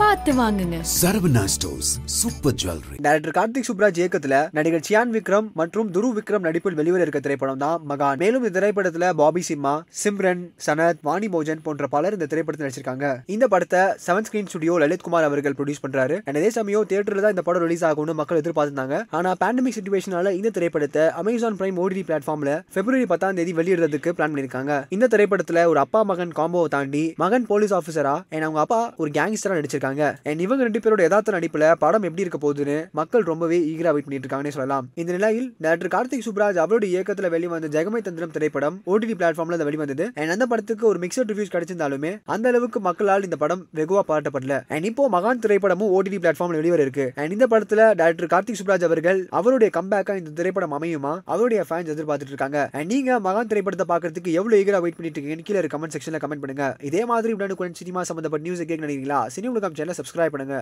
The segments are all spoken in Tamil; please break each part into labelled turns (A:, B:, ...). A: பார்த்து வாங்குங்க
B: Saravana stores super jewellery
C: director Karthik Subbaraj இயக்கத்துல நடிகர் சியான் விக்ரம் மற்றும் துரு விக்ரம் நடிப்பில் வெளிவர இருக்க திரைப்படம் தான் மகான் மேலும் இந்த திரைப்படத்துல பாபி சிம்மா சிம்ரன் சனத் வாணி மோஜன் போன்ற பலர் இந்த திரைப்படத்தில் நடிச்சிருக்காங்க இந்த படத்தை seven screen studio Lalit Kumar அவர்கள் ப்ரொடியூஸ் பண்றாரு அண்ட் அதே சமயம் தியேட்டர்ல தான் இந்த படம் ரிலீஸ் ஆகும்னு மக்கள் எதிர்பார்த்திருந்தாங்க ஆனா பேண்டமிக் சுச்சுவேஷனால இந்த திரைப்படத்தை அமேசான் பிரைம் ஓடிடி பிளாட்ஃபார்ம்ல பிப்ரவரி பத்தாம் தேதி வெளியிடுறதுக்கு பிளான் பண்ணிருக்காங்க இந்த திரைப்படத்துல ஒரு அப்பா மகன் காம்போவை தாண்டி மகன் போலீஸ் ஆஃபீஸரா அண்ட் அவங்க அப்பா ஒரு கேங்ஸ்டரா நடிச்சிருக்காங்க அண்ட் இவங்க ரெண்டு பேரோட யதார்த்த நடிப்புல படம் எப்படி இருக்க போகுதுன்னு மக்கள் ரொம்பவே ஈகரா வெயிட் பண்ணிட்டு இருக்காங்கன்னு சொல்லலாம் இந்த நிலையில் டேரக்டர் கார்த்திக் சுப்ராஜ் அவருடைய இயக்கத்துல வெளிவந்த ஜெகமை தந்திரம் திரைப்படம் ஓடிடி பிளாட்ஃபார்ம்ல அது வெளிவந்தது அண்ட் அந்த படத்துக்கு ஒரு மிக்சட் ரிவ்யூஸ் கிடைச்சிருந்தாலுமே அந்த அளவுக்கு மக்களால் இந்த படம் வெகுவா பாராட்டப்படல அண்ட் இப்போ மகான் திரைப்படமும் ஓடிடி பிளாட்ஃபார்ம்ல வெளிவர இருக்கு அண்ட் இந்த படத்துல டைரக்டர் கார்த்திக் சுப்ராஜ் அவர்கள் அவருடைய கம்பேக்கா இந்த திரைப்படம் அமையுமா அவருடைய ஃபேன்ஸ் எதிர்பார்த்துட்டு இருக்காங்க அண்ட் நீங்க மகான் திரைப்படத்தை பார்க்கறதுக்கு எவ்வளவு ஈகரா வெயிட் பண்ணிட்டு இருக்கீங்கன்னு கீழே கமெண்ட் செக்ஷன்ல கமெண்ட் பண்ணுங்க இதே மாதிரி உடனே கொஞ்சம் சினிமா சம்பந்தப்பட்ட நியூஸ் கேட்க நினைக்கிறீங்களா சினி உலகம் சேனல் சப்ஸ்கிரைப் பண்ணுங்க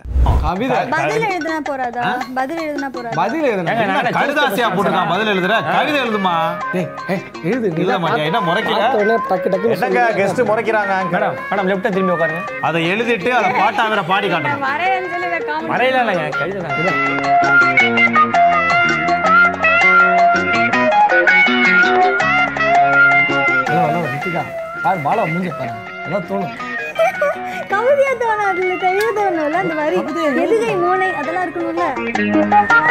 D: கவிதை
E: பதில் எழுதுனா போறாதா பதில் எழுதுனா போறாதா
D: பதில் எழுதுனா
F: ஏங்க, நான்
D: என்ன
F: கடுதாசியா போட்டுருக்கான் பதில் எழுதுற கவிதை எழுதுமா
D: டேய், ஏய், எழுது
F: இல்ல மாட்டியா என்ன முறைக்கிற
D: பார்த்த உடனே டக்கு டக்குன்னு
G: என்னங்க கெஸ்ட் முறைக்கிறாங்க மேடம்
F: மேடம் லெஃப்ட் திரும்பி உட்காருங்க அதை எழுதிட்டு அதை பாட்டா அவரை பாடி காட்டணும்
E: வரேன்னு சொல்லி இதை comment
F: மறையில இல்லைங்க கவிதை தான்
D: ஹலோ ஹலோ ரித்திகா பாரு பாலா முடிஞ்ச பாரு எல்லாம் தோணும்
E: கவிதையா தோணும் அதுல தெளிவு தோணும்ல அந்த வரி எதுகை மூளை அதெல்லாம் இருக்கணும்ல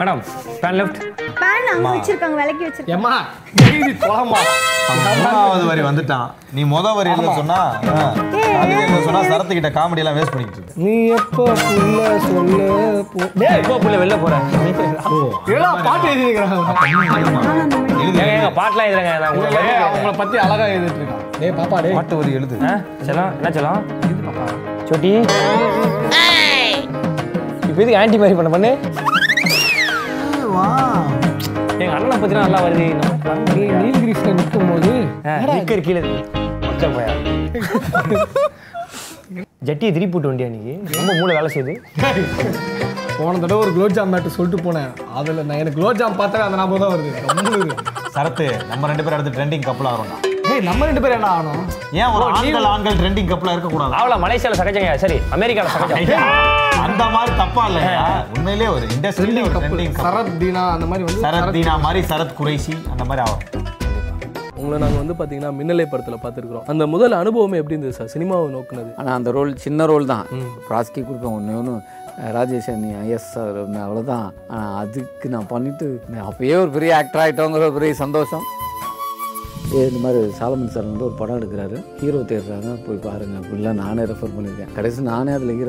F: மேடம் பேன் லெஃப்ட்
E: பேன் அங்க வச்சிருக்காங்க விலக்கி வச்சிருக்காங்க
D: ஏம்மா எழுதி தொலைமா
G: மூணாவது வரி வந்துட்டான் நீ முத வரி எழுத சொன்னா ஆ. அது எழுத சொன்னா சரத்து கிட்ட காமெடி எல்லாம் வேஸ்ட் பண்ணிட்டு இருக்கு.
D: நீ எப்போ புள்ள சொல்ல போ டேய்
F: எப்போ புள்ள வெளில போறேன்
D: ஏடா பாட்டு எழுதி
G: எழுது
F: எங்க பாட்டுலாம் எழுதுறேங்க நான் உங்களுக்கு
D: ஏய் அவங்கள பத்தி அழகா எழுதிட்டு இருக்கான் டேய் பாப்பா டேய்
G: பாட்டு வரி எழுது
F: செலாம் என்ன செலாம் இது பாப்பா சொட்டி இப்போ எதுக்கு ஆன்டி மாதிரி பண்ண பண்ணு எங்க அண்ணனை பத்தி நல்லா வருது நம்ம
D: நீ நீலகிரிஸ்ல நிற்கும் போது
F: நிக்கர் கீழே மச்சம் போயா ஜட்டியை திருப்பி விட்டு வண்டியா இன்னைக்கு ரொம்ப மூளை வேலை செய்யுது
D: போன தடவை ஒரு குலோப் ஜாம் மேட்டு சொல்லிட்டு போனேன் அதுல நான் எனக்கு குலோப் ஜாம் பார்த்தாவே அந்த ஞாபகம் தான் வருது ரொம்ப இருக்கு.
G: சரத்து நம்ம ரெண்டு பேரும் அடுத்து ட்ரெண்டிங் கப்பலா வரும்டா
D: டேய் நம்ம ரெண்டு பேரும் என்ன ஆகணும்
G: ஏன் ஒரு ஆண்கள் ஆண்கள் ட்ரெண்டிங் கப்பலா இருக்க கூடாது
F: அவள மலேசியால சகஜங்க சரி அமெரிக்கால சகஜம்
G: அந்த மாதிரி தப்பா இல்லையா உண்மையிலே ஒரு இண்டஸ்ட்ரியில ஒரு ட்ரெண்டிங் கப்பல்
D: சரத் தீனா அந்த மாதிரி வந்து
G: சரத் தீனா மாதிரி சரத் குறைசி அந்த மாதிரி ஆகும்
H: உங்களை நாங்கள் வந்து பார்த்தீங்கன்னா மின்னலை படத்தில் பார்த்துருக்குறோம் அந்த முதல் அனுபவமே எப்படி இருந்தது சார் சினிமாவை நோக்குனது
I: ஆனால் அந்த ரோல் சின்ன ரோல் தான் ராஜ்கி கொடுப்பேன் ஒன்று ஒன்று ராஜேஷ் அண்ணி ஐஎஸ் சார் ஒன்று அவ்வளோதான் ஆனால் அதுக்கு நான் பண்ணிட்டு நான் அப்பயே ஒரு பெரிய ஆக்டர் ஆகிட்டோங்கிற ஒரு பெரிய சந்தோஷம் ஏ, இந்த மாதிரி சாலமன் சார் வந்து ஒரு படம் எடுக்கிறாரு ஹீரோ தேடுறாங்க போய் பாருங்க அப்படிலாம் நானே ரெஃபர் பண்ணியிருக்கேன் கடைசி நானே அதில் ஹீரோ